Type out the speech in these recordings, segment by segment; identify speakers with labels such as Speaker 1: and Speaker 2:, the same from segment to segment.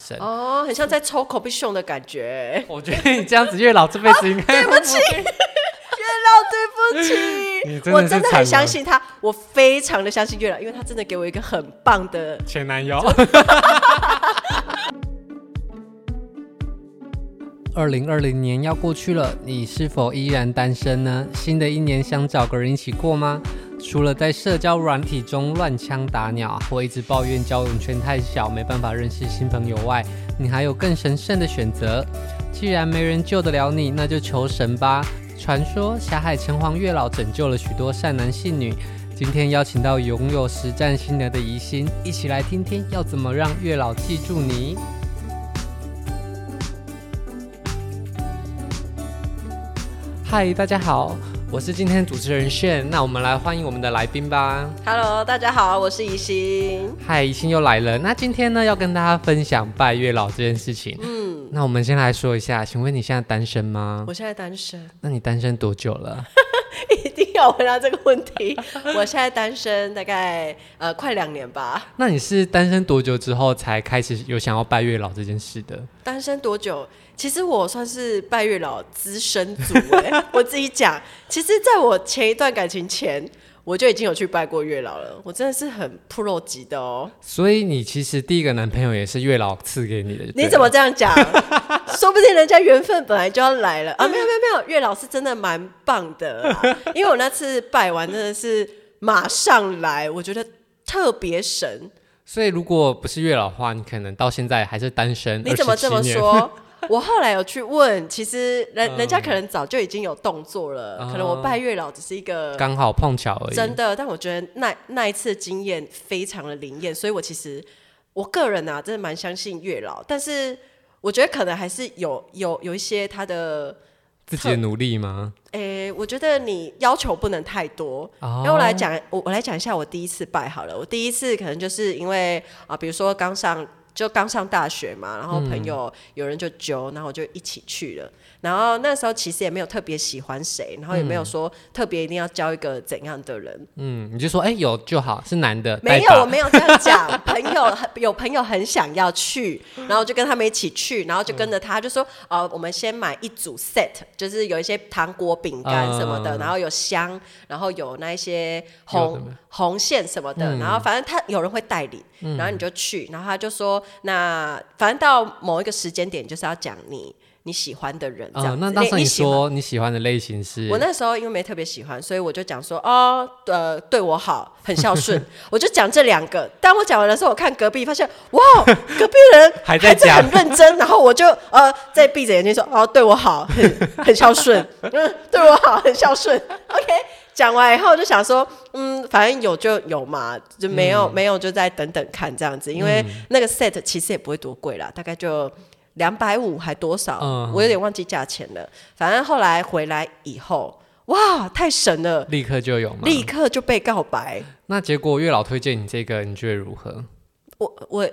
Speaker 1: 生。
Speaker 2: 哦，很像在抽口鼻熊的感觉。
Speaker 1: 我觉得你这样子月老这辈子应该、
Speaker 2: 对不起，月
Speaker 1: 你
Speaker 2: 老，对不
Speaker 1: 真
Speaker 2: 起，
Speaker 1: 的
Speaker 2: 我
Speaker 1: 是
Speaker 2: 真的
Speaker 1: 惨了
Speaker 2: 很相信他，我非常的相信月老，因为他真的给我一个很棒的
Speaker 1: 前男友。 二零二零年要过去了，你是否依然单身呢？新的一年想找个人一起过吗？除了在社交软体中乱枪打鸟或一直抱怨交友圈太小，没办法认识新朋友外，你还有更神圣的选择。既然没人救得了你，那就求神吧。传说霞海城隍月老拯救了许多善男信女，今天邀请到拥有实战心得的宜心，一起来听听要怎么让月老记住你。嗨，大家好，我是今天的主持人炫，那我们来欢迎我们的来宾吧。
Speaker 2: Hello，大家好，我是宜心。
Speaker 1: 嗨，宜心又来了，那今天呢要跟大家分享拜月老这件事情。嗯，那我们先来说一下，请问你现在单身吗？
Speaker 2: 我现在单身，
Speaker 1: 那你单身多久了？
Speaker 2: 一定要回答这个问题。我现在单身大概呃快两年吧。
Speaker 1: 那你是单身多久之后才开始有想要拜月老这件事的？
Speaker 2: 单身多久？其实我算是拜月老资深族、欸，我自己讲。其实，在我前一段感情前，我就已经有去拜过月老了。我真的是很 pro 级的哦、
Speaker 1: 所以你其实第一个男朋友也是月老赐给你的。对啊
Speaker 2: 你怎么？这样讲？说不定人家缘分本来就要来了啊！没有没有没有，月老是真的蛮棒的啦、因为我那次拜完真的是马上来，我觉得特别神。
Speaker 1: 所以如果不是月老的话，你可能到现在还是单身。
Speaker 2: 你怎么
Speaker 1: 27
Speaker 2: 这么
Speaker 1: 年？
Speaker 2: 说？我后来有去问，其实人、
Speaker 1: 嗯
Speaker 2: 人家可能早就已经有动作了，可能我拜月老只是一个
Speaker 1: 刚好碰巧而已。
Speaker 2: 真的，但我觉得那那一次的经验非常的灵验，所以我其实我个人啊，真的蛮相信月老，但是我觉得可能还是有有有一些他的，
Speaker 1: 自己的努力吗？
Speaker 2: 诶、我觉得你要求不能太多，
Speaker 1: 哦
Speaker 2: 然后我来讲，我我来讲一下我第一次拜好了。我第一次可能就是因为啊，比如说刚上就刚上大学嘛，然后朋友有人就揪，然后我就一起去了。然后那时候其实也没有特别喜欢谁，然后也没有说特别一定要交一个怎样的人，
Speaker 1: 嗯，你就说哎、有就好，是男的。带
Speaker 2: 没有，
Speaker 1: 吧
Speaker 2: 我没有这样讲。朋 友有朋友很想要去，然后就跟他们一起去，然后就跟着他，就说呃，我们先买一组 set，就是有一些糖果、饼干什么
Speaker 1: 嗯
Speaker 2: 的，然后有香，然后有那一些
Speaker 1: 有嗯的没
Speaker 2: 红红线什么的，然后反正他有人会带领，
Speaker 1: 嗯
Speaker 2: 然后你就去，然后他就说，那反正到某一个时间点，就是要讲你你喜欢的人这
Speaker 1: 啊、
Speaker 2: 样子。
Speaker 1: 那当时你
Speaker 2: 喜欢
Speaker 1: 说你喜欢的类型是？
Speaker 2: 我那时候因为没特别喜欢，所以我就讲说，哦，呃，对我好，很孝 顺，我就讲这两个。但我讲完的时候，我看隔壁发现， 哇，隔壁人
Speaker 1: 还在讲
Speaker 2: 很认真，然后我就呃，再闭着眼睛说，哦，对我好，很很 孝顺，嗯，对我好，很孝顺。OK，讲完以后我就想说，嗯，反正有就有嘛，就没有、
Speaker 1: 嗯
Speaker 2: 没有就再等等看这样子，因为那个 set 其实也不会多贵啦，大概就。两百五还多少？
Speaker 1: 嗯
Speaker 2: 我有点忘记价钱了。反正后来回来以后，哇，太神了，
Speaker 1: 立刻就有吗？
Speaker 2: 立刻就被告白。
Speaker 1: 那结果月老推荐你这个，你觉得如何？
Speaker 2: 我我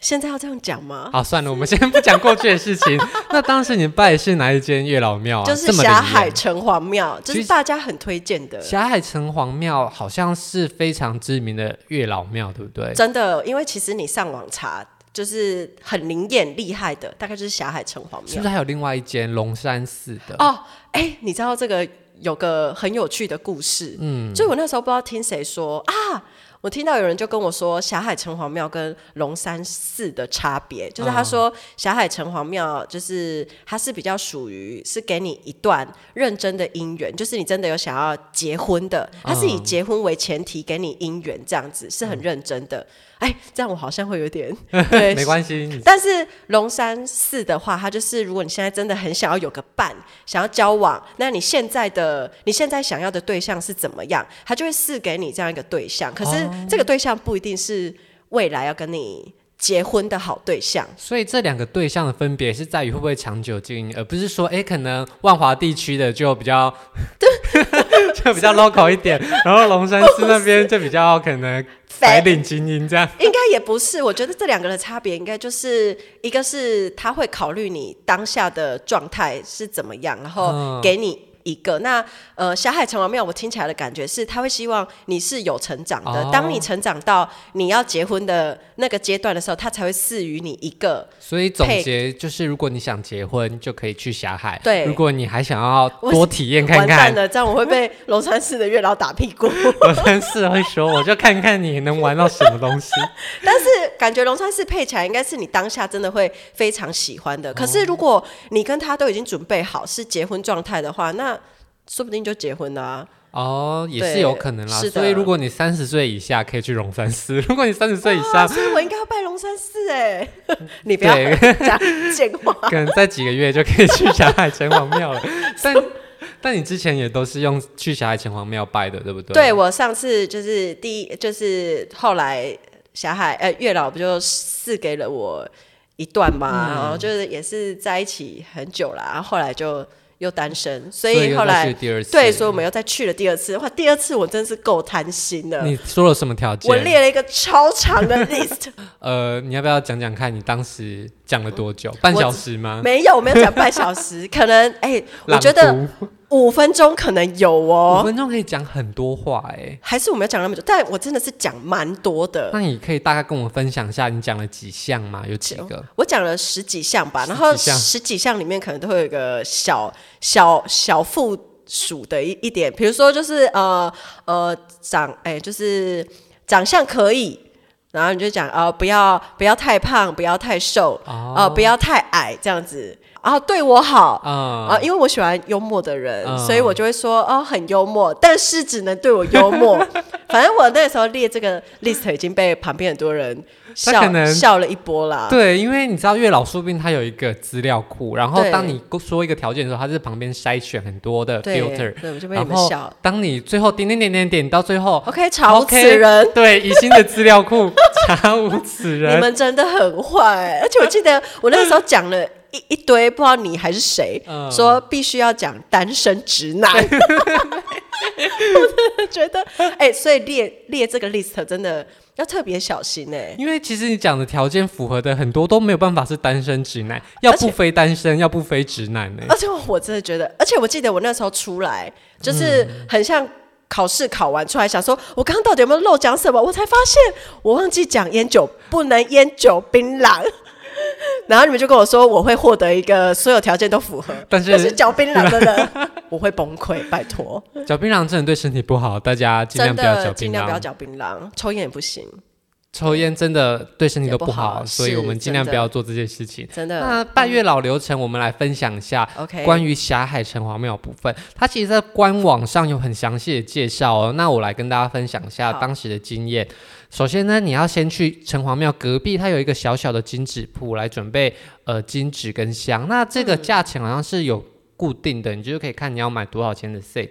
Speaker 2: 现在要这样讲吗？
Speaker 1: 好，算了，我们先不讲过去的事 情。那当时你拜的是哪一间月老庙啊？
Speaker 2: 就是
Speaker 1: 这么灵
Speaker 2: 霞
Speaker 1: 验
Speaker 2: 海城隍庙，就
Speaker 1: 其
Speaker 2: 是
Speaker 1: 实
Speaker 2: 大家很推荐的。
Speaker 1: 霞海城隍庙好像是非常知名的月老庙，对不对？
Speaker 2: 真的，因为其实你上网查，就是很灵验厉害的，大概就是霞海城隍
Speaker 1: 是不
Speaker 2: 庙。
Speaker 1: 是还有另外一间龙山寺的？
Speaker 2: 哦，哎、你知道这个有个很有趣的故事，嗯，就我那时候不知道听谁说啊。我听到有人就跟我说，霞海城隍庙跟龙山寺的差别，就是他说霞海城隍庙就是它是比较属于是给你一段认真的姻缘，就是你真的有想要结婚的，它是以
Speaker 1: 嗯
Speaker 2: 结婚为前提给你姻缘，这样子是很认真的。哎，这样我好像会有点 对
Speaker 1: 没关系，你
Speaker 2: 但是龙山寺的话，它就是如果你现在真的很想要有个伴，想要交往，那你现在的你现在想要的对象是怎么样，他就会赐给你这样一个对象。可是这个对象不一定是未来要跟你结婚的好对象。
Speaker 1: 所以这两个对象的分别是在于会不会长久经营，而不是说，哎，可能万华地区的就比 较，就比较 local 一点，然后龙山寺那边就比较可能白领精英 这样。
Speaker 2: 应该也不是，我觉得这两个的差别应该就是一个是他会考虑你当下的状态是怎么样，然后
Speaker 1: 嗯
Speaker 2: 给你一一个。那呃，霞海城隍庙，我听起来的感觉是，他会希望你是有成长的。
Speaker 1: 哦
Speaker 2: 当你成长到你要结婚的那个阶段的时候，他才会赐予你一个。
Speaker 1: 所以总
Speaker 2: 配
Speaker 1: 结就是，如果你想结婚，就可以去霞海；
Speaker 2: 对
Speaker 1: 如果你还想要
Speaker 2: 我
Speaker 1: 多体验看
Speaker 2: 完蛋
Speaker 1: 看，
Speaker 2: 了，这样我会被龙山寺的月老打屁股。
Speaker 1: 我真是会说，我就看看你能玩到什么东西。
Speaker 2: 但是感觉龙川寺配起来应该是你当下真的会非常喜欢
Speaker 1: 哦
Speaker 2: 的。可是如果你跟他都已经准备好是结婚状态的话，那说不定就结婚了、啊。
Speaker 1: 哦，也是
Speaker 2: 对
Speaker 1: 有可能啦。
Speaker 2: 是的
Speaker 1: 所以如果你三十岁以下可以去龙山寺， 如果你三十岁以
Speaker 2: 啊，
Speaker 1: 下，
Speaker 2: 所以我应该要拜龙山寺哎、 你不要
Speaker 1: 对
Speaker 2: 讲贱话。
Speaker 1: 可能在几个月就可以去霞海城隍庙 了。但但你之前也都是用去霞海城隍庙拜的，对不对？
Speaker 2: 对我上次就是第一，就是后来霞海呃月老不就赐给了我一段嘛，
Speaker 1: 嗯
Speaker 2: 然后就是也是在一起很久啦，然后后来就又单身，
Speaker 1: 所
Speaker 2: 所
Speaker 1: 以
Speaker 2: 以
Speaker 1: 又再
Speaker 2: 后来
Speaker 1: 去第二次
Speaker 2: 对，所以我们又再去了第二次。哇，第二次我真是够贪心的，
Speaker 1: 你说了什么条件？
Speaker 2: 我列了一个超 长的 list，
Speaker 1: 呃，你要不要讲讲看你当时讲了多久？半小时吗？
Speaker 2: 没有，我没有讲半小时，可能哎、我觉得
Speaker 1: 朗读
Speaker 2: 五分钟可能有
Speaker 1: 五
Speaker 2: 哦，
Speaker 1: 分钟可以讲很多话哎、
Speaker 2: 还是我没有讲那么久，但我真的是讲蛮多的。
Speaker 1: 那你可以大概跟我分享一下你讲了几项吗？有几个？
Speaker 2: 我讲了十几项吧，
Speaker 1: 十
Speaker 2: 然后
Speaker 1: 几项
Speaker 2: 十几项里面可能都会有一个小小小附属的一一点，比如说就是呃呃长哎、就是长相可以，然后你就讲呃不要不要太胖，不要太瘦，
Speaker 1: 哦
Speaker 2: 呃不要太矮这样子，然后对我好。
Speaker 1: 啊、
Speaker 2: 啊，因为我喜欢幽默的人，
Speaker 1: 嗯
Speaker 2: 所以我就会说哦，很幽默，但是只能对我 幽默。反正我那时候列这个 list 已经被旁边很多人
Speaker 1: 他
Speaker 2: 笑
Speaker 1: 可能
Speaker 2: 笑了一波啦。
Speaker 1: 对，因为你知道月老说不定他有一个资料库，然后
Speaker 2: 对
Speaker 1: 当你说一个条件的时候，他在旁边筛选很多的
Speaker 2: 对
Speaker 1: filter，
Speaker 2: 对，我就被你
Speaker 1: 然
Speaker 2: 们
Speaker 1: 后
Speaker 2: 笑。
Speaker 1: 当你最后点点点点点到最后
Speaker 2: OK，吵死
Speaker 1: OK，
Speaker 2: 人
Speaker 1: 对，以新的资料库查无此
Speaker 2: 你
Speaker 1: 人。
Speaker 2: 们真的很坏。而且我记得我那个时候讲了一一堆，不知道你还是谁、
Speaker 1: 嗯
Speaker 2: 说必须要讲单身直男。我 真的觉得，哎、所以列列这个 list 真的要特别小心哎、
Speaker 1: 因为其实你讲的条件符合的很多都没有办法是单身直男，要
Speaker 2: 而且
Speaker 1: 不非单身，要不非直男呢、
Speaker 2: 而且我真的觉得，而且我记得我那时候出来，就是
Speaker 1: 嗯
Speaker 2: 很像考试考完出来，想说我刚刚到底有没有漏讲什么？我才发现我忘记讲烟酒，不能烟酒槟榔。 然后你们就跟我说，我会获得一个所有条件都符合，
Speaker 1: 但是
Speaker 2: 是嚼槟榔的人， 我会崩溃，拜托，
Speaker 1: 嚼槟榔真的对身体不好，大家尽量
Speaker 2: 真
Speaker 1: 不要嚼
Speaker 2: 的尽
Speaker 1: 槟
Speaker 2: 量不要
Speaker 1: 榔。
Speaker 2: 嚼槟榔，抽烟也不行，
Speaker 1: 抽烟真的对身体都不
Speaker 2: 也不
Speaker 1: 好，
Speaker 2: 好
Speaker 1: 所以
Speaker 2: 是
Speaker 1: 我们尽量
Speaker 2: 真
Speaker 1: 不
Speaker 2: 的
Speaker 1: 要做这件事情。
Speaker 2: 真的。
Speaker 1: 那拜月老流程，我们来分享一下
Speaker 2: OK，
Speaker 1: 关于霞海城隍庙部分，它其实在官网上有很详细的介绍哦。那我来跟大家分享一下
Speaker 2: 好
Speaker 1: 当时的经验。首先呢，你要先去城隍庙隔壁，它有一个小小的金纸铺来准备呃金纸跟香。那这
Speaker 2: 嗯
Speaker 1: 个价钱好像是有。固定的，你就可以看你要买多少钱的 set，、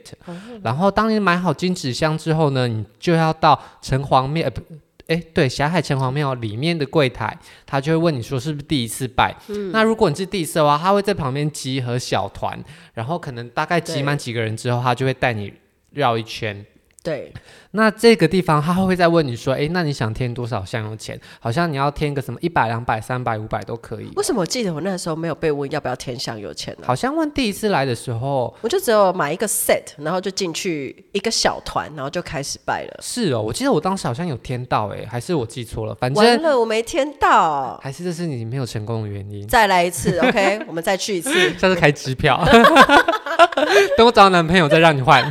Speaker 1: 然
Speaker 2: 嗯
Speaker 1: 后当你买好金纸箱之后呢，你就要到城隍庙，呃不哎，对，霞海城隍庙里面的柜台，他就会问你说是不是第一次拜。那如果你是第一次的话，他会在旁边集合小团，然后可能大概集
Speaker 2: 对
Speaker 1: 满几个人之后，他就会带你绕一圈。
Speaker 2: 对，
Speaker 1: 那这个地方他会再问你说，哎，那你想添多少香油钱？好像你要添个什么一百、两百、三百、五百都可以。
Speaker 2: 为什么我记得我那时候没有被问要不要天香有钱呢？
Speaker 1: 好像问第一次来的时候
Speaker 2: 我就只有买一个 set，然后就进去一个小团，然后就开始拜了。
Speaker 1: 是哦，我记得我当时好像有添到、诶，哎，还是我记错了，反
Speaker 2: 完
Speaker 1: 正
Speaker 2: 了，我没天到，
Speaker 1: 还是这是你没有成功的原因。
Speaker 2: 再来 一次，OK，我们再去一次，
Speaker 1: 下次开支票， 等我找到男朋友再让你换。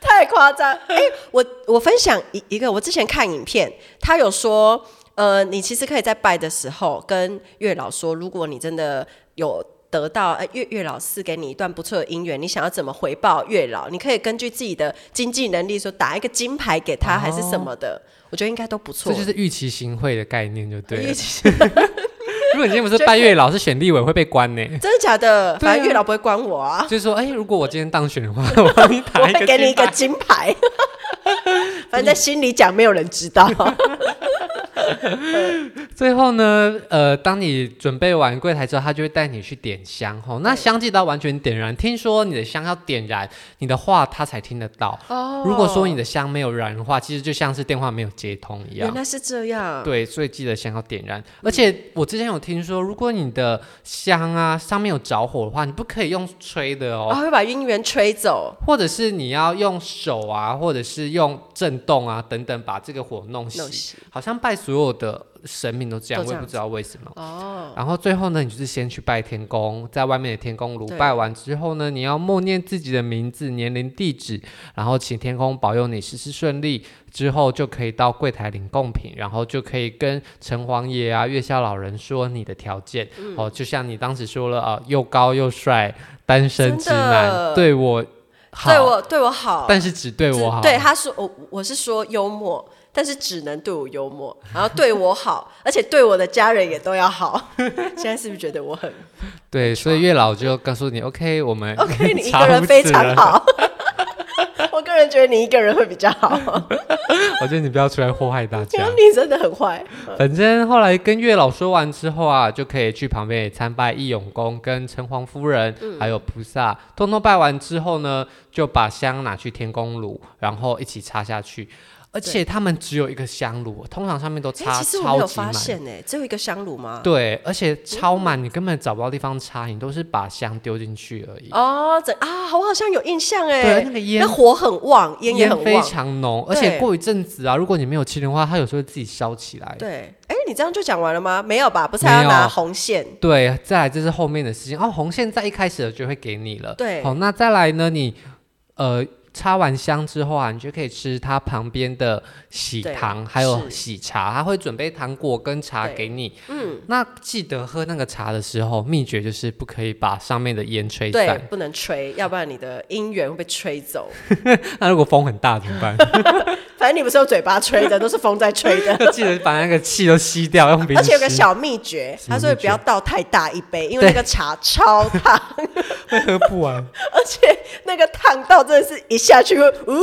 Speaker 2: 太 夸张。哎、我我分享一一个，我之前看影片，他有说，呃，你其实可以在拜的时候跟月老说，如果你真的有。得到呃月月老赐给你一段不错的姻缘，你想要怎么回报月老？你可以根据自己的经济能力说打一个金牌给他，
Speaker 1: 哦
Speaker 2: 还是什么的，我觉得应该都不错。哎
Speaker 1: 这就是预期行贿的概念，就对
Speaker 2: 因
Speaker 1: 了
Speaker 2: 为。其实
Speaker 1: 如果你今天不是拜月老，是选立委会被关呢。
Speaker 2: 真的假的？
Speaker 1: 对啊
Speaker 2: 反正月老不会关 我啊，
Speaker 1: 就是说，哎、如果我今天当选的话， 我帮你
Speaker 2: 我
Speaker 1: 打一个
Speaker 2: 会
Speaker 1: 金牌，
Speaker 2: 给 你一个金牌。反正在心里讲，没有人知道。
Speaker 1: 最后呢，呃，当你准备完柜台之后，他就会带你去点香吼。那香记到完全点燃，听说你的香要点燃，你的话他才听得到。
Speaker 2: 哦
Speaker 1: 如果说你的香没有燃的话，其实就像是电话没有接通一样
Speaker 2: 原。来是这样，
Speaker 1: 对，所以记得香要点燃。而且我之前有听说，如果你的香啊上面有着火的话，你不可以用吹的哦，
Speaker 2: 然后会把姻缘吹走。
Speaker 1: 或者是你要用手啊，或者是用震动啊等等把这个火弄熄。
Speaker 2: 弄熄
Speaker 1: 好像拜所有的神明都这样，
Speaker 2: 都
Speaker 1: 我
Speaker 2: 这
Speaker 1: 也
Speaker 2: 样
Speaker 1: 不知道为什么。
Speaker 2: 哦，
Speaker 1: 然后最后呢，你就是先去拜天公，在外面的天公炉
Speaker 2: 对
Speaker 1: 拜完之后呢，你要默念自己的名字、年龄、地址，然后请天公保佑你事事顺利。之后就可以到柜台领贡品，然后就可以跟城隍爷啊、月下老人说你的条件。
Speaker 2: 嗯
Speaker 1: 哦，就像你当时说了啊、呃又高又帅，单身
Speaker 2: 真
Speaker 1: 直男，
Speaker 2: 的
Speaker 1: 对我好，
Speaker 2: 对我对我好，
Speaker 1: 但是只对
Speaker 2: 只
Speaker 1: 我好。
Speaker 2: 对他说我我是说幽默，但是只能对我幽默，然后对我好， 而且对我的家人也都 要好。现在是不是觉得我很
Speaker 1: 对所以月老就告诉你，OK，我们
Speaker 2: OK？你一
Speaker 1: 查
Speaker 2: 个人
Speaker 1: 无
Speaker 2: 非
Speaker 1: 此
Speaker 2: 常
Speaker 1: 人
Speaker 2: 好。 我个人觉得你一个人会比较好，
Speaker 1: 我觉得你不要出来祸害大
Speaker 2: 因
Speaker 1: 家
Speaker 2: 为。 你真的很坏。
Speaker 1: 反正后来跟月老说完之后啊，就可以去旁边也参拜义勇公、跟城隍夫人，
Speaker 2: 嗯
Speaker 1: 还有菩萨，通通拜完之后呢，就把香拿去天公炉，然后一起插下去。而且他们只有一个香炉，通常上面都
Speaker 2: 哎、
Speaker 1: 插
Speaker 2: 其实我没
Speaker 1: 超
Speaker 2: 有
Speaker 1: 级
Speaker 2: 发
Speaker 1: 满。
Speaker 2: 现哦哎、只有一个香炉吗？
Speaker 1: 对，而且超满，你根本找不到地方插，你都是把香丢进去而已。
Speaker 2: 哦，整啊，我好像有印象哎、
Speaker 1: 对，那个烟
Speaker 2: 那火很旺，烟也很
Speaker 1: 非
Speaker 2: 旺。
Speaker 1: 常浓，而且
Speaker 2: 对
Speaker 1: 过一阵子啊，如果你没有清的话，它有时候会自己烧起来。
Speaker 2: 对，哎、你这样就讲完了吗？没有吧？不是还
Speaker 1: 没
Speaker 2: 要
Speaker 1: 有
Speaker 2: 拿红线？
Speaker 1: 对，再来这是后面的事情哦。红线在一开始就会给你了。
Speaker 2: 对
Speaker 1: 好，那再来呢？你呃插完香之后啊，你就可以吃它旁边的喜
Speaker 2: 对
Speaker 1: 糖，还有
Speaker 2: 是
Speaker 1: 喜茶，它会准备糖果跟茶
Speaker 2: 对
Speaker 1: 给你。
Speaker 2: 嗯，
Speaker 1: 那记得喝那个茶的时候，秘诀就是不可以把上面的烟吹
Speaker 2: 对
Speaker 1: 散。，
Speaker 2: 不能吹，要不然你的姻缘会被吹走。
Speaker 1: 那如果风很大怎么办？
Speaker 2: 反正你不是用嘴巴吹的，都是风在吹 的。
Speaker 1: 就记得把那个气都吸掉，用鼻
Speaker 2: 而
Speaker 1: 子
Speaker 2: 且有个
Speaker 1: 吸
Speaker 2: 小秘诀，
Speaker 1: 什么
Speaker 2: 他
Speaker 1: 秘
Speaker 2: 说不要倒太大一杯，因为那个茶超烫，
Speaker 1: 会 喝不完。
Speaker 2: 而且那个烫到真的是一下去会呜，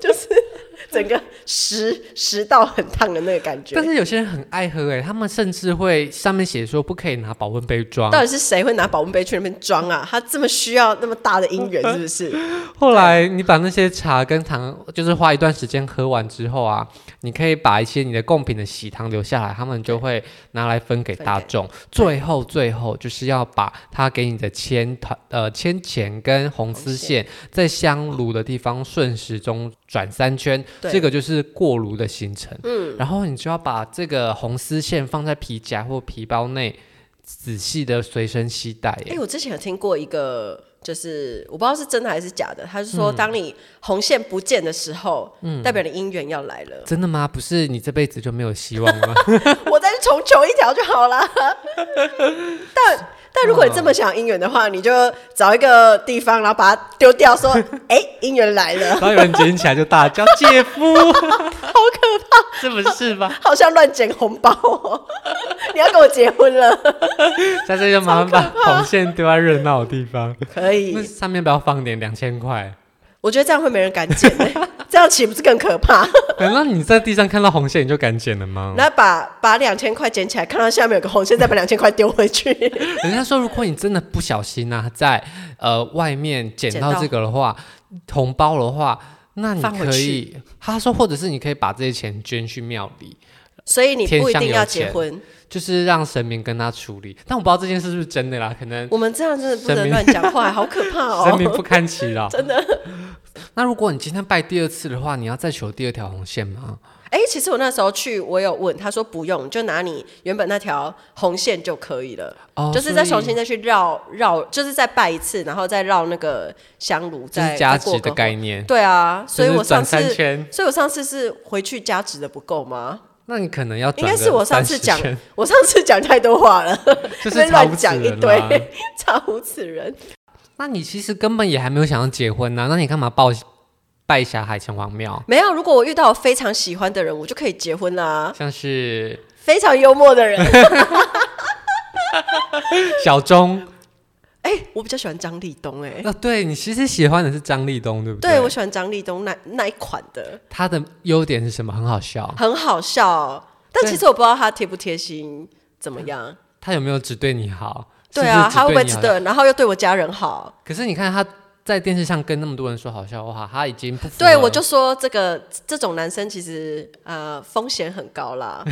Speaker 2: 就是 整个食食道很烫的那个感觉
Speaker 1: 但。是有些人很爱喝、欸，哎，他们甚至会上面写说不可以拿保温杯装。
Speaker 2: 到底是谁会拿保温杯去那边装啊？他这么需要那么大的 姻缘，是不是？
Speaker 1: 后来你把那些茶跟糖，就是花一段时间喝完之后啊，你可以把一些你的贡品的喜糖留下来，他们就会拿来分给大众。最后，最后就是要把他给你的签团呃签钱跟红丝线在香炉的地方顺时钟转三圈，
Speaker 2: 对
Speaker 1: 这个就是过炉的行程。嗯，然后你就要把这个红丝线放在皮夹或皮包内，仔细的随身携带耶。
Speaker 2: 哎、我之前有听过一个，就是我不知道是真的还是假的，他是说，当你红线不见的时候，代表你姻缘要来了。
Speaker 1: 真的吗？不是你这辈子就没有希望吗？
Speaker 2: 我再去重求一条就好了。 但但如果你这么想姻缘的话，你就找一个地方，然后把它丢掉， 说：“哎、姻缘来了。
Speaker 1: 然后有人捡起来就大叫：“姐夫， 好可怕！”这不是 吧？”
Speaker 2: 好像乱捡红包、 哦，你要跟我结婚了？
Speaker 1: 下次就麻烦把红线丢在热闹的地方，
Speaker 2: 可
Speaker 1: 那
Speaker 2: 以，
Speaker 1: 上面不要放点两千块。
Speaker 2: 我觉得这样会没人敢捡、欸，这样岂不是更可怕？
Speaker 1: 难道你在地上看到红线你就敢捡了吗？
Speaker 2: 然后把把两千块捡起来，看到下面有个红线，再把两千块丢 回去。
Speaker 1: 人家说，如果你真的不小心啊，在呃外面捡到这个的话，红包的话，那你
Speaker 2: 放回
Speaker 1: 可以，他说，或者是你可以把这些钱捐去庙里，
Speaker 2: 所以你不
Speaker 1: 天
Speaker 2: 一
Speaker 1: 上
Speaker 2: 定
Speaker 1: 有
Speaker 2: 要结
Speaker 1: 钱
Speaker 2: 婚，
Speaker 1: 就是让神明跟他处理。但我不知道这件事是不是真的啦，可能
Speaker 2: 我们这样真的不
Speaker 1: 神
Speaker 2: 能
Speaker 1: 明
Speaker 2: 乱讲话，好可怕哦！
Speaker 1: 神明 不堪其扰，真的。那如果你今天拜第二次的话，你要再求第二条红线吗？
Speaker 2: 哎、其实我那时候去，我有问他说不用，就拿你原本那条红线就可以了，
Speaker 1: 哦
Speaker 2: 就是再
Speaker 1: 所
Speaker 2: 重
Speaker 1: 以
Speaker 2: 新再去绕绕，就是再拜一次，然后再绕那个香炉，
Speaker 1: 就
Speaker 2: 再
Speaker 1: 是加
Speaker 2: 再过
Speaker 1: 值
Speaker 2: 个
Speaker 1: 的
Speaker 2: 火
Speaker 1: 概念。
Speaker 2: 对啊，所以
Speaker 1: 就是
Speaker 2: 我上
Speaker 1: 转
Speaker 2: 次
Speaker 1: 三，圈，
Speaker 2: 所以我上次是回去加值的不够吗？
Speaker 1: 那你可能要
Speaker 2: 应
Speaker 1: 转
Speaker 2: 该
Speaker 1: 个
Speaker 2: 是我上次
Speaker 1: 30
Speaker 2: 讲
Speaker 1: 圈，
Speaker 2: 我上次讲太多话了，
Speaker 1: 就是吵
Speaker 2: 乱
Speaker 1: 不死
Speaker 2: 讲一
Speaker 1: 人啦
Speaker 2: 堆，查无此人。
Speaker 1: 那你其实根本也还没有想要结婚呐、啊那你干嘛报拜霞海城隍庙？
Speaker 2: 没有，如果我遇到我非常喜欢的人，我就可以结婚啦、
Speaker 1: 像是
Speaker 2: 非常幽默的人，
Speaker 1: 小 钟，
Speaker 2: 哎、我比较喜欢张立东、哎。
Speaker 1: 呃，对你其实喜欢的是张立东，对不
Speaker 2: 对，我喜欢张立东那那一款的，
Speaker 1: 他的优点是什么？很好笑，
Speaker 2: 很好笑。但其实我不知道他贴不贴心，怎么样？
Speaker 1: 他有没有只对你好？
Speaker 2: 对啊，
Speaker 1: 嗯是
Speaker 2: 他会不会
Speaker 1: 只
Speaker 2: 值
Speaker 1: 对你好
Speaker 2: 得？然后又对我家人好？
Speaker 1: 可是你看他在电视上跟那么多人说好笑话，他已经不符
Speaker 2: 对，
Speaker 1: 合
Speaker 2: 我就说这个这种男生其实呃风险很 高啦。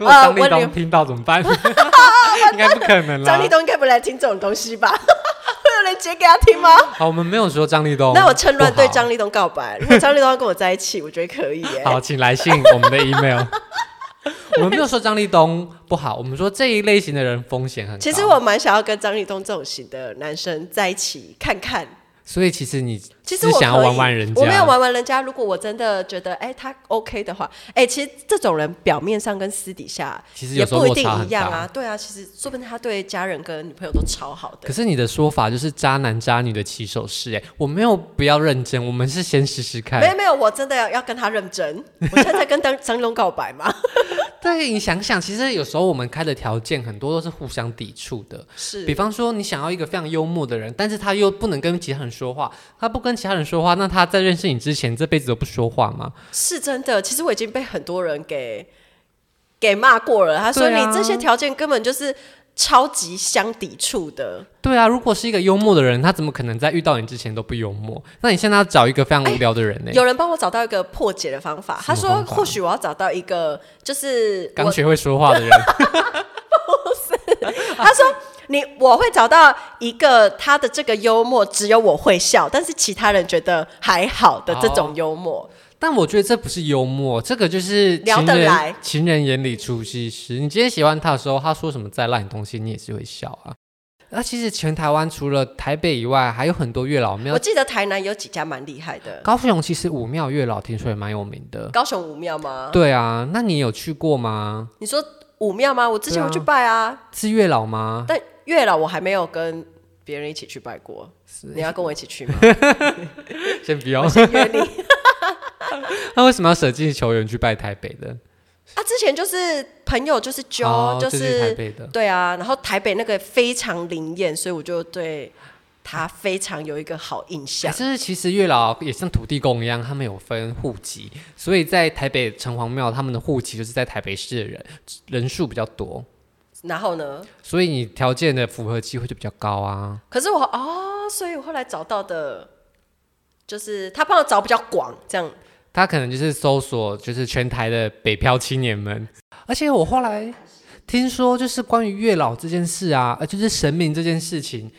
Speaker 1: 如果张立
Speaker 2: 呃我
Speaker 1: 东听到怎么 办？应该不可能
Speaker 2: 张
Speaker 1: 啦
Speaker 2: 立。东应该不来听这种东西吧？ 会有人截给他听吗？
Speaker 1: 好，我们没有说张立东。
Speaker 2: 那我趁乱对
Speaker 1: 哦不好
Speaker 2: 张立东告白，如果张立东要跟我在一起，我觉得可以耶、
Speaker 1: 好，请来信我们的 email。我们没有说张立东不好，我们说这一类型的人风险很高。
Speaker 2: 其实我，蛮想要跟张立东这种型的男生在一起看看。
Speaker 1: 所以其实你
Speaker 2: 其实
Speaker 1: 是
Speaker 2: 我
Speaker 1: 想要
Speaker 2: 可以
Speaker 1: 玩玩人家，
Speaker 2: 我没有玩玩人家。如果我真的觉得哎、他 OK 的话，哎、其实这种人表面上跟私底下
Speaker 1: 其实有
Speaker 2: 也
Speaker 1: 时候
Speaker 2: 不一
Speaker 1: 落
Speaker 2: 定
Speaker 1: 差
Speaker 2: 一
Speaker 1: 很
Speaker 2: 样
Speaker 1: 大
Speaker 2: 啊。。对啊，其实说不定他对家人跟女朋友都超好的
Speaker 1: 可。是你的说法就是渣男渣女的起手式、哎，我没有不要认真，我们是先试试看
Speaker 2: 没。有没有，我真的要要跟他认 真。我现在在跟张张立东告白嘛。
Speaker 1: 对你想想，其实有时候我们开的条件很多都是互相抵触的。
Speaker 2: 是
Speaker 1: 比，方说，你想要一个非常幽默的人，但是他又不能跟其他人说话，他不跟其他人说话，那他在认识你之前这辈子都不说话吗？
Speaker 2: 是真的，其实我已经被很多人给给骂过了。他说
Speaker 1: 对
Speaker 2: 你
Speaker 1: 啊
Speaker 2: 这些条件根本就是超级相抵触的。
Speaker 1: 对啊，如果是一个幽默的人，他怎么可能在遇到你之前都不幽默？那你现在要找一个非常无聊的人呢、欸
Speaker 2: 哎有人帮我找到一个破解的方法，他
Speaker 1: 什么
Speaker 2: 说
Speaker 1: 方法
Speaker 2: 或许我要找到一个，就是
Speaker 1: 刚
Speaker 2: 我
Speaker 1: 学会说话的人，
Speaker 2: 他说你我会找到一个他的这个幽默只有我会笑，但是其他人觉得还好的这种幽默，
Speaker 1: 但我觉得这不是幽默，这个就是情
Speaker 2: 聊得
Speaker 1: 人
Speaker 2: 来
Speaker 1: 情人眼里出西施。你今天喜欢他的时候，他说什么再烂的东西，你也是会笑啊。那其实全台湾除了台北以外，还有很多月老庙
Speaker 2: 我，记得台南有几家蛮厉害的，
Speaker 1: 高雄其实武庙月老听说也蛮有名的。
Speaker 2: 高雄武庙吗？
Speaker 1: 对啊，那你有去过吗？
Speaker 2: 你说武庙吗？我之前
Speaker 1: 对啊
Speaker 2: 有去拜啊，
Speaker 1: 是月老 吗？
Speaker 2: 但月老我还没有跟别人一起去拜过，你要跟我一起去吗？
Speaker 1: 先不要
Speaker 2: 我，先约 你
Speaker 1: 那为什么要舍近求远去拜台北的？
Speaker 2: 啊！之前就是朋友就是揪，
Speaker 1: 哦
Speaker 2: 就
Speaker 1: 就是台
Speaker 2: 是
Speaker 1: 北的。
Speaker 2: 对啊，然后台北那个非常灵验，所以我就对他非常有一个好印象
Speaker 1: 可。是哎其实月老也像土地公一样，他们有分户籍，所以在台北城隍庙，他们的户籍就是在台北市的人人数比较多，
Speaker 2: 然后呢？
Speaker 1: 所以你条件的符合机会就比较高啊。
Speaker 2: 可是我哦，所以我后来找到的，就是他帮我找比较广，这样
Speaker 1: 他可能就是搜索就是全台的北漂青年们，而且我后来听说就是关于月老这件事啊，呃，就是神明这件事情。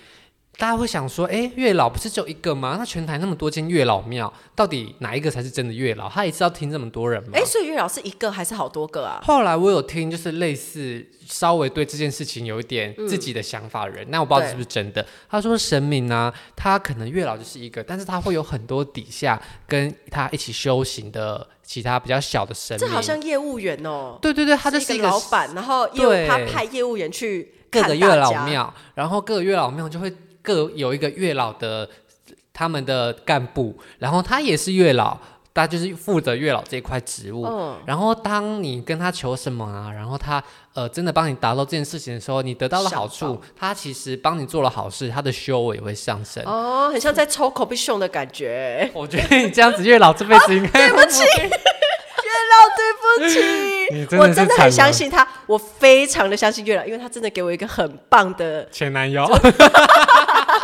Speaker 1: 大家会想说，诶，月老不是只有一个吗？那全台那么多间月老庙，到底哪一个才是真的月老？他也是要听这么多人吗？
Speaker 2: 哎、所以月老是一个还是好多个啊？
Speaker 1: 后来我有听，就是类似稍微对这件事情有一点自己的想法的人，那我不知道
Speaker 2: 对
Speaker 1: 是不是真的。他说神明呢、他可能月老就是一个，但是他会有很多底下跟他一起修行的其他比较小的神
Speaker 2: 这
Speaker 1: 明。
Speaker 2: 好像业务员哦、
Speaker 1: 对对对，他就是
Speaker 2: 一
Speaker 1: 一
Speaker 2: 个
Speaker 1: 个
Speaker 2: 老板，然后业
Speaker 1: 对
Speaker 2: 务他派业务员去
Speaker 1: 各
Speaker 2: 看
Speaker 1: 个
Speaker 2: 大
Speaker 1: 月老
Speaker 2: 家，
Speaker 1: 庙，然后各个月老庙就会各有一个月老的他们的干部，然后他也是月老，他就是负责月老这一块职务。
Speaker 2: 嗯，
Speaker 1: 然后当你跟他求什么啊，然后他呃真的帮你达到这件事情的时候，你得到了好
Speaker 2: 上
Speaker 1: 处，他其实帮你做了好事，他的修为也会上升。
Speaker 2: 哦，很像在抽口鼻熊的感觉。
Speaker 1: 我觉得你这样子月老这辈子应 该、对不起，
Speaker 2: 月老，对
Speaker 1: 你真的
Speaker 2: 不起，
Speaker 1: 是
Speaker 2: 我真的
Speaker 1: 惨了
Speaker 2: 很相信他，我非常的相信月老，因为他真的给我一个很棒的
Speaker 1: 前男友。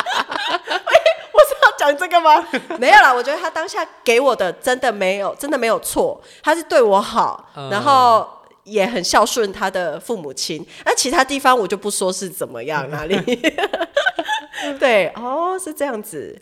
Speaker 2: 我是要讲这个吗？没有啦，我觉得他当下给我的真的没有，真的没有错，他是对我好，
Speaker 1: 嗯
Speaker 2: 然后也很孝顺他的父母亲。那其他地方我就不说是怎么样哪里。 对，哦，是这样子。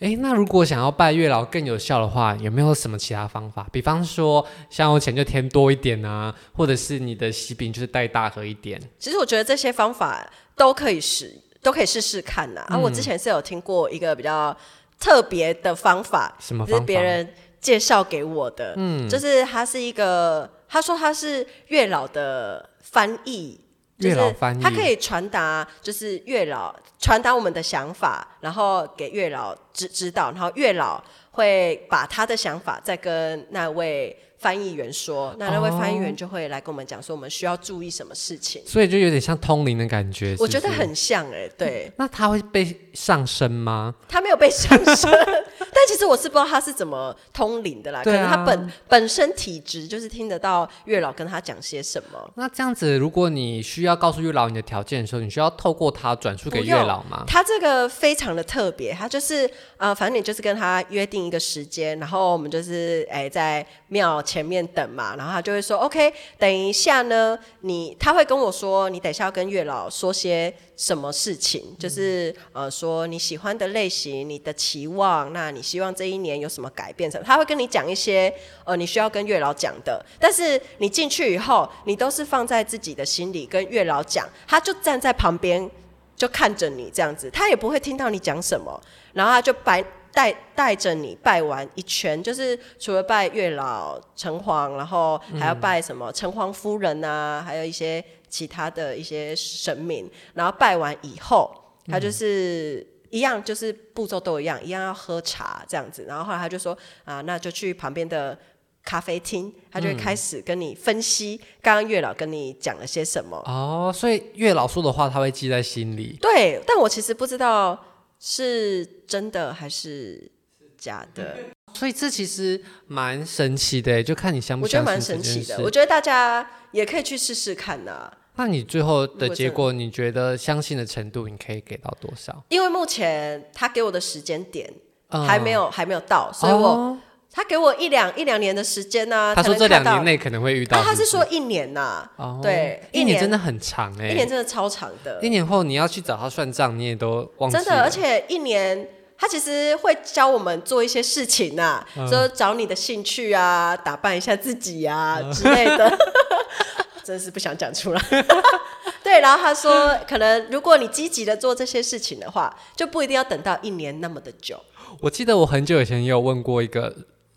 Speaker 1: 诶，那如果想要拜月老更有效的话，有没有什么其他方法？比方说香油钱就添多一点啊，或者是你的喜饼就是带大盒一点。
Speaker 2: 其实我觉得这些方法都可以试，都可以试试看呐、啊，我之前是有听过一个比较特别的方法，
Speaker 1: 什么
Speaker 2: 这是
Speaker 1: 方
Speaker 2: 别
Speaker 1: 法
Speaker 2: 人介绍给我的，嗯，就是他是一个，他说他是月老的翻译。就
Speaker 1: 月
Speaker 2: 是
Speaker 1: 老翻译
Speaker 2: 他可以传达，就是月老传达我们的想法，然后给月老指指导，然后月老会把他的想法再跟那位翻译员说，那那位翻译
Speaker 1: 哦
Speaker 2: 员就会来跟我们讲说我们需要注意什么事情。
Speaker 1: 所以就有点像通灵的感觉。
Speaker 2: 我
Speaker 1: 是
Speaker 2: 觉得
Speaker 1: 不
Speaker 2: 欸
Speaker 1: 是。
Speaker 2: 很像哎、对
Speaker 1: 那他会被上升吗？
Speaker 2: 他没有被上身，但其实我是不知道他是怎么通灵的啦，可
Speaker 1: 对啊
Speaker 2: 能他本本身体质就是听得到月老跟他讲些什么。
Speaker 1: 那这样子，如果你需要告诉月老你的条件的时候，你需要透过他转述给月老吗？
Speaker 2: 他这个非常的特别，他就是呃，反正你就是跟他约定一个时间，然后我们就是哎、在庙前面等嘛，然后他就会说 OK，等一下呢，你他会跟我说，你等一下要跟月老说些什么事情，就是呃说你喜欢的类型，你的期望，那你希望这一年有什么改变什么，他会跟你讲一些呃你需要跟月老讲的，但是你进去以后，你都是放在自己的心里跟月老讲，他就站在旁边。就看着你这样子，他也不会听到你讲什么，然后他就白带带着你拜完一圈，就是除了拜月老、城隍，然后还要拜什么城隍夫人啊，还有一些其他的一些神明，然后拜完以后，他就是。一样就是步骤都一样，一样要喝茶这样子。然后后来他就说啊，那就去旁边的咖啡厅，他就会开始跟你分析刚刚月老跟你讲了些什么。
Speaker 1: 哦，所以月老说的话他会记在心里。
Speaker 2: 对，但我其实不知道是真的还是假的，
Speaker 1: 所以这其实蛮神奇的耶，欸就看你相不
Speaker 2: 我觉
Speaker 1: 相
Speaker 2: 得
Speaker 1: 信
Speaker 2: 蛮神奇
Speaker 1: 这
Speaker 2: 的。
Speaker 1: 件事
Speaker 2: 我觉得大家也可以去试试看呐、
Speaker 1: 那你最后的
Speaker 2: 如果
Speaker 1: 结
Speaker 2: 真的
Speaker 1: 果，你觉得相信的程度，你可以给到多少？
Speaker 2: 因为目前他给我的时间点
Speaker 1: 嗯
Speaker 2: 还没有、还没有到，所以我、
Speaker 1: 哦
Speaker 2: 他给我一两一两年的时间呢、
Speaker 1: 他说
Speaker 2: 才
Speaker 1: 这
Speaker 2: 能
Speaker 1: 两
Speaker 2: 看到
Speaker 1: 年，内可呃能会遇到
Speaker 2: 啊，他
Speaker 1: 不
Speaker 2: 是说一年呐、
Speaker 1: 哦
Speaker 2: 对
Speaker 1: 一
Speaker 2: 一
Speaker 1: 年
Speaker 2: 年
Speaker 1: 真的很长哎，
Speaker 2: 一年真的超长的，
Speaker 1: 一年后你要去找他算账，你也都忘记
Speaker 2: 真的，而且一年他其实会教我们做一些事情呐、
Speaker 1: 嗯
Speaker 2: 说找你的兴趣啊，打扮一下自己啊、
Speaker 1: 嗯
Speaker 2: 之类的， 真是不想讲出来。 对，然后他说，可能如果你积极的做这些事情的话，就不一定要等到一年那么的久。
Speaker 1: 我记得我很久以前也有问过一个，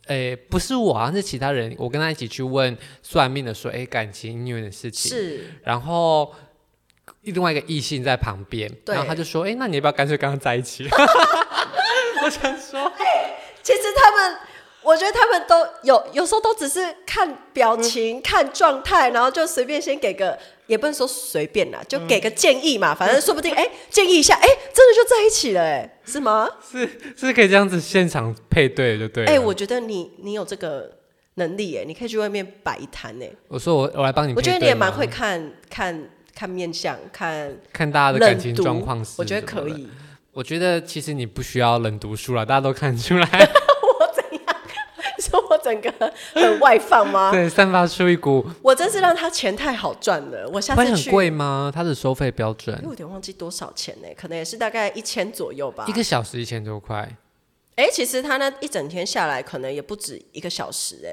Speaker 1: 诶，不是我啊，是其他人，我跟他一起去问算命的说，诶，感情姻缘的事情，
Speaker 2: 是，
Speaker 1: 然后。另外一个异性在旁边，
Speaker 2: 对
Speaker 1: 然后他就说：“诶，那你要不要干脆跟他在一起？” 我想说，
Speaker 2: 其实他们。我觉得他们都有，有时候都只是看表情、看状态，然后就随便先给个，也不能说随便啦，就给个建议嘛。反正说不定，哎、建议一下，哎、真的就在一起了、
Speaker 1: 嗯
Speaker 2: 哎，是吗？
Speaker 1: 是是可以这样子现场配对的，就对了。啊
Speaker 2: 哎、我觉得你你有这个能力哎，你可以去外面摆一摊哎。
Speaker 1: 我说我我来帮你配对吗，
Speaker 2: 我觉得你也蛮会看看看面相，看
Speaker 1: 看大家的感
Speaker 2: 冷
Speaker 1: 情
Speaker 2: 读
Speaker 1: 状况是，
Speaker 2: 我觉得可。以。
Speaker 1: 我觉得其实你不需要冷读书了，大家都看出来，
Speaker 2: 你 说我整个很外放吗？
Speaker 1: 对，散发出一股。
Speaker 2: 我真是让他钱太好赚了，我下
Speaker 1: 会
Speaker 2: 次
Speaker 1: 很
Speaker 2: 去。
Speaker 1: 贵吗？它的收费标
Speaker 2: 因为
Speaker 1: 准
Speaker 2: 我有点忘记多少钱呢、可能也是大概一千左右吧
Speaker 1: 一。个小时一千多块，
Speaker 2: 哎、其实他那一整天下来，可能也不止一个小时哎、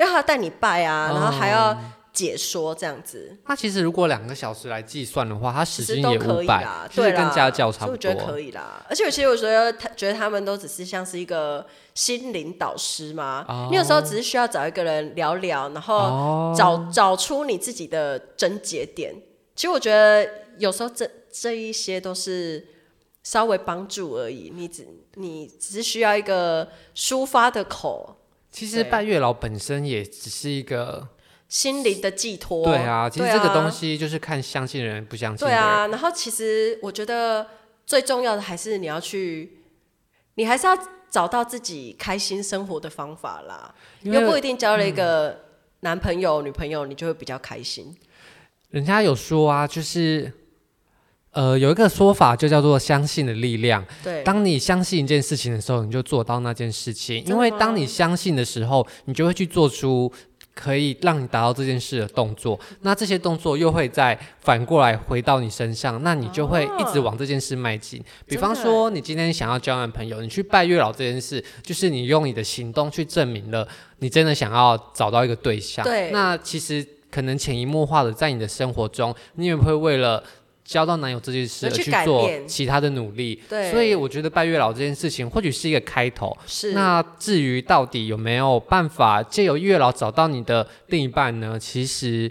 Speaker 2: 因为他要带你拜啊，然后还要
Speaker 1: 哦
Speaker 2: 解说这样子，
Speaker 1: 那其实如果两个小时来计算的话，它
Speaker 2: 其
Speaker 1: 时
Speaker 2: 实
Speaker 1: 薪
Speaker 2: 都
Speaker 1: 也
Speaker 2: 可
Speaker 1: 五
Speaker 2: 以
Speaker 1: 百
Speaker 2: 啦，，
Speaker 1: 其
Speaker 2: 对
Speaker 1: 实
Speaker 2: 啦，
Speaker 1: 跟家教差
Speaker 2: 所以
Speaker 1: 不
Speaker 2: 我觉得
Speaker 1: 多。
Speaker 2: 可以啦。而且我其实我觉得他觉得他们都只是像是一个心灵导师嘛，
Speaker 1: 哦
Speaker 2: 你有时候只是需要找一个人聊聊，然后
Speaker 1: 哦，
Speaker 2: 找、找出你自己的症结点。其实我觉得有时候这这一些都是稍微帮助而已，你只你只是需要一个抒发的口，
Speaker 1: 其实
Speaker 2: 对
Speaker 1: 拜月老本身也只是一个，
Speaker 2: 心灵的寄托。
Speaker 1: 对啊，其实
Speaker 2: 对
Speaker 1: 这个东西就是看相信的人不相信
Speaker 2: 对
Speaker 1: 的人。
Speaker 2: 啊，然后其实我觉得最重要的还是你要去，你还是要找到自己开心生活的方法啦。
Speaker 1: 因
Speaker 2: 又不
Speaker 1: 为嗯
Speaker 2: 一定交了一个男朋友、女朋友，你就会比较开心。
Speaker 1: 人家有说啊，就是呃有一个说法就叫做相信的力量。
Speaker 2: 对，
Speaker 1: 当你相信一件事情的时候，你就做到那件事情，
Speaker 2: 真的
Speaker 1: 因
Speaker 2: 吗
Speaker 1: 为当你相信的时候，你就会去做出可以让你达到这件事的动作，那这些动作又会再反过来回到你身上，那你就会一直往这件事迈进。比方说，你今天想要交男朋友，你去拜月老这件事，就是你用你的行动去证明了你真的想要找到一个对象。
Speaker 2: 对
Speaker 1: 那其实可能潜移默化的在你的生活中，你也会为了。交到男友这件事而
Speaker 2: 而去
Speaker 1: 去
Speaker 2: 改
Speaker 1: 做
Speaker 2: 变
Speaker 1: 其他的努力，
Speaker 2: 对
Speaker 1: 所以我觉得拜月老这件事情或许是一个开头。
Speaker 2: 是
Speaker 1: 那至于到底有没有办法借由月老找到你的另一半呢？其实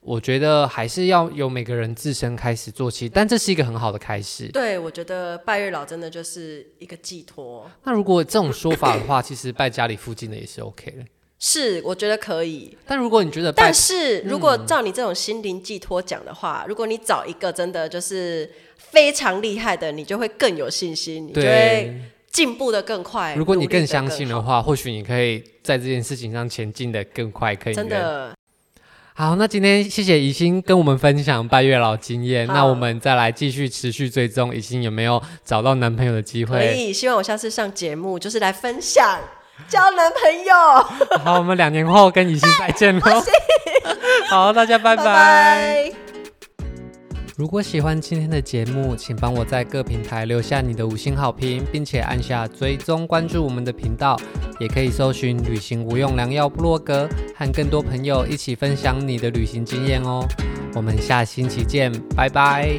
Speaker 1: 我觉得还是要由每个人自身开始做起，但这是一个很好的开始。
Speaker 2: 对，我觉得拜月老真的就是一个寄托。
Speaker 1: 那如果这种说法的话，其实拜家里附近的也是 OK 的。
Speaker 2: 是，我觉得可以。
Speaker 1: 但如果你觉得拜嗯
Speaker 2: 但是如果照你这种心灵寄托讲的话，如果你找一个真的就是非常厉害的，你就会更有信心，你就会
Speaker 1: 对，
Speaker 2: 进步的更快。
Speaker 1: 如果你
Speaker 2: 努力得
Speaker 1: 更相信的话，或许你可以在这件事情上前进的更快，更
Speaker 2: 好，真
Speaker 1: 远
Speaker 2: 的
Speaker 1: 好，那今天谢谢宜兴跟我们分享拜月老经验，
Speaker 2: 好
Speaker 1: 那我们再来继续持续追踪宜兴有没有找到男朋友的机
Speaker 2: 可
Speaker 1: 会。
Speaker 2: 以。希望我下次上节目就是来分享交男朋友，
Speaker 1: 好，我们两年后跟宜兴再见喽。好，大家拜
Speaker 2: 拜
Speaker 1: 拜
Speaker 2: 拜。
Speaker 1: 如果喜欢今天的节目，请帮我在各平台留下你的五星好评，并且按下追踪关注我们的频道。也可以搜寻“旅行无用良药部落格”，和更多朋友一起分享你的旅行经验哦。我们下星期见，拜拜。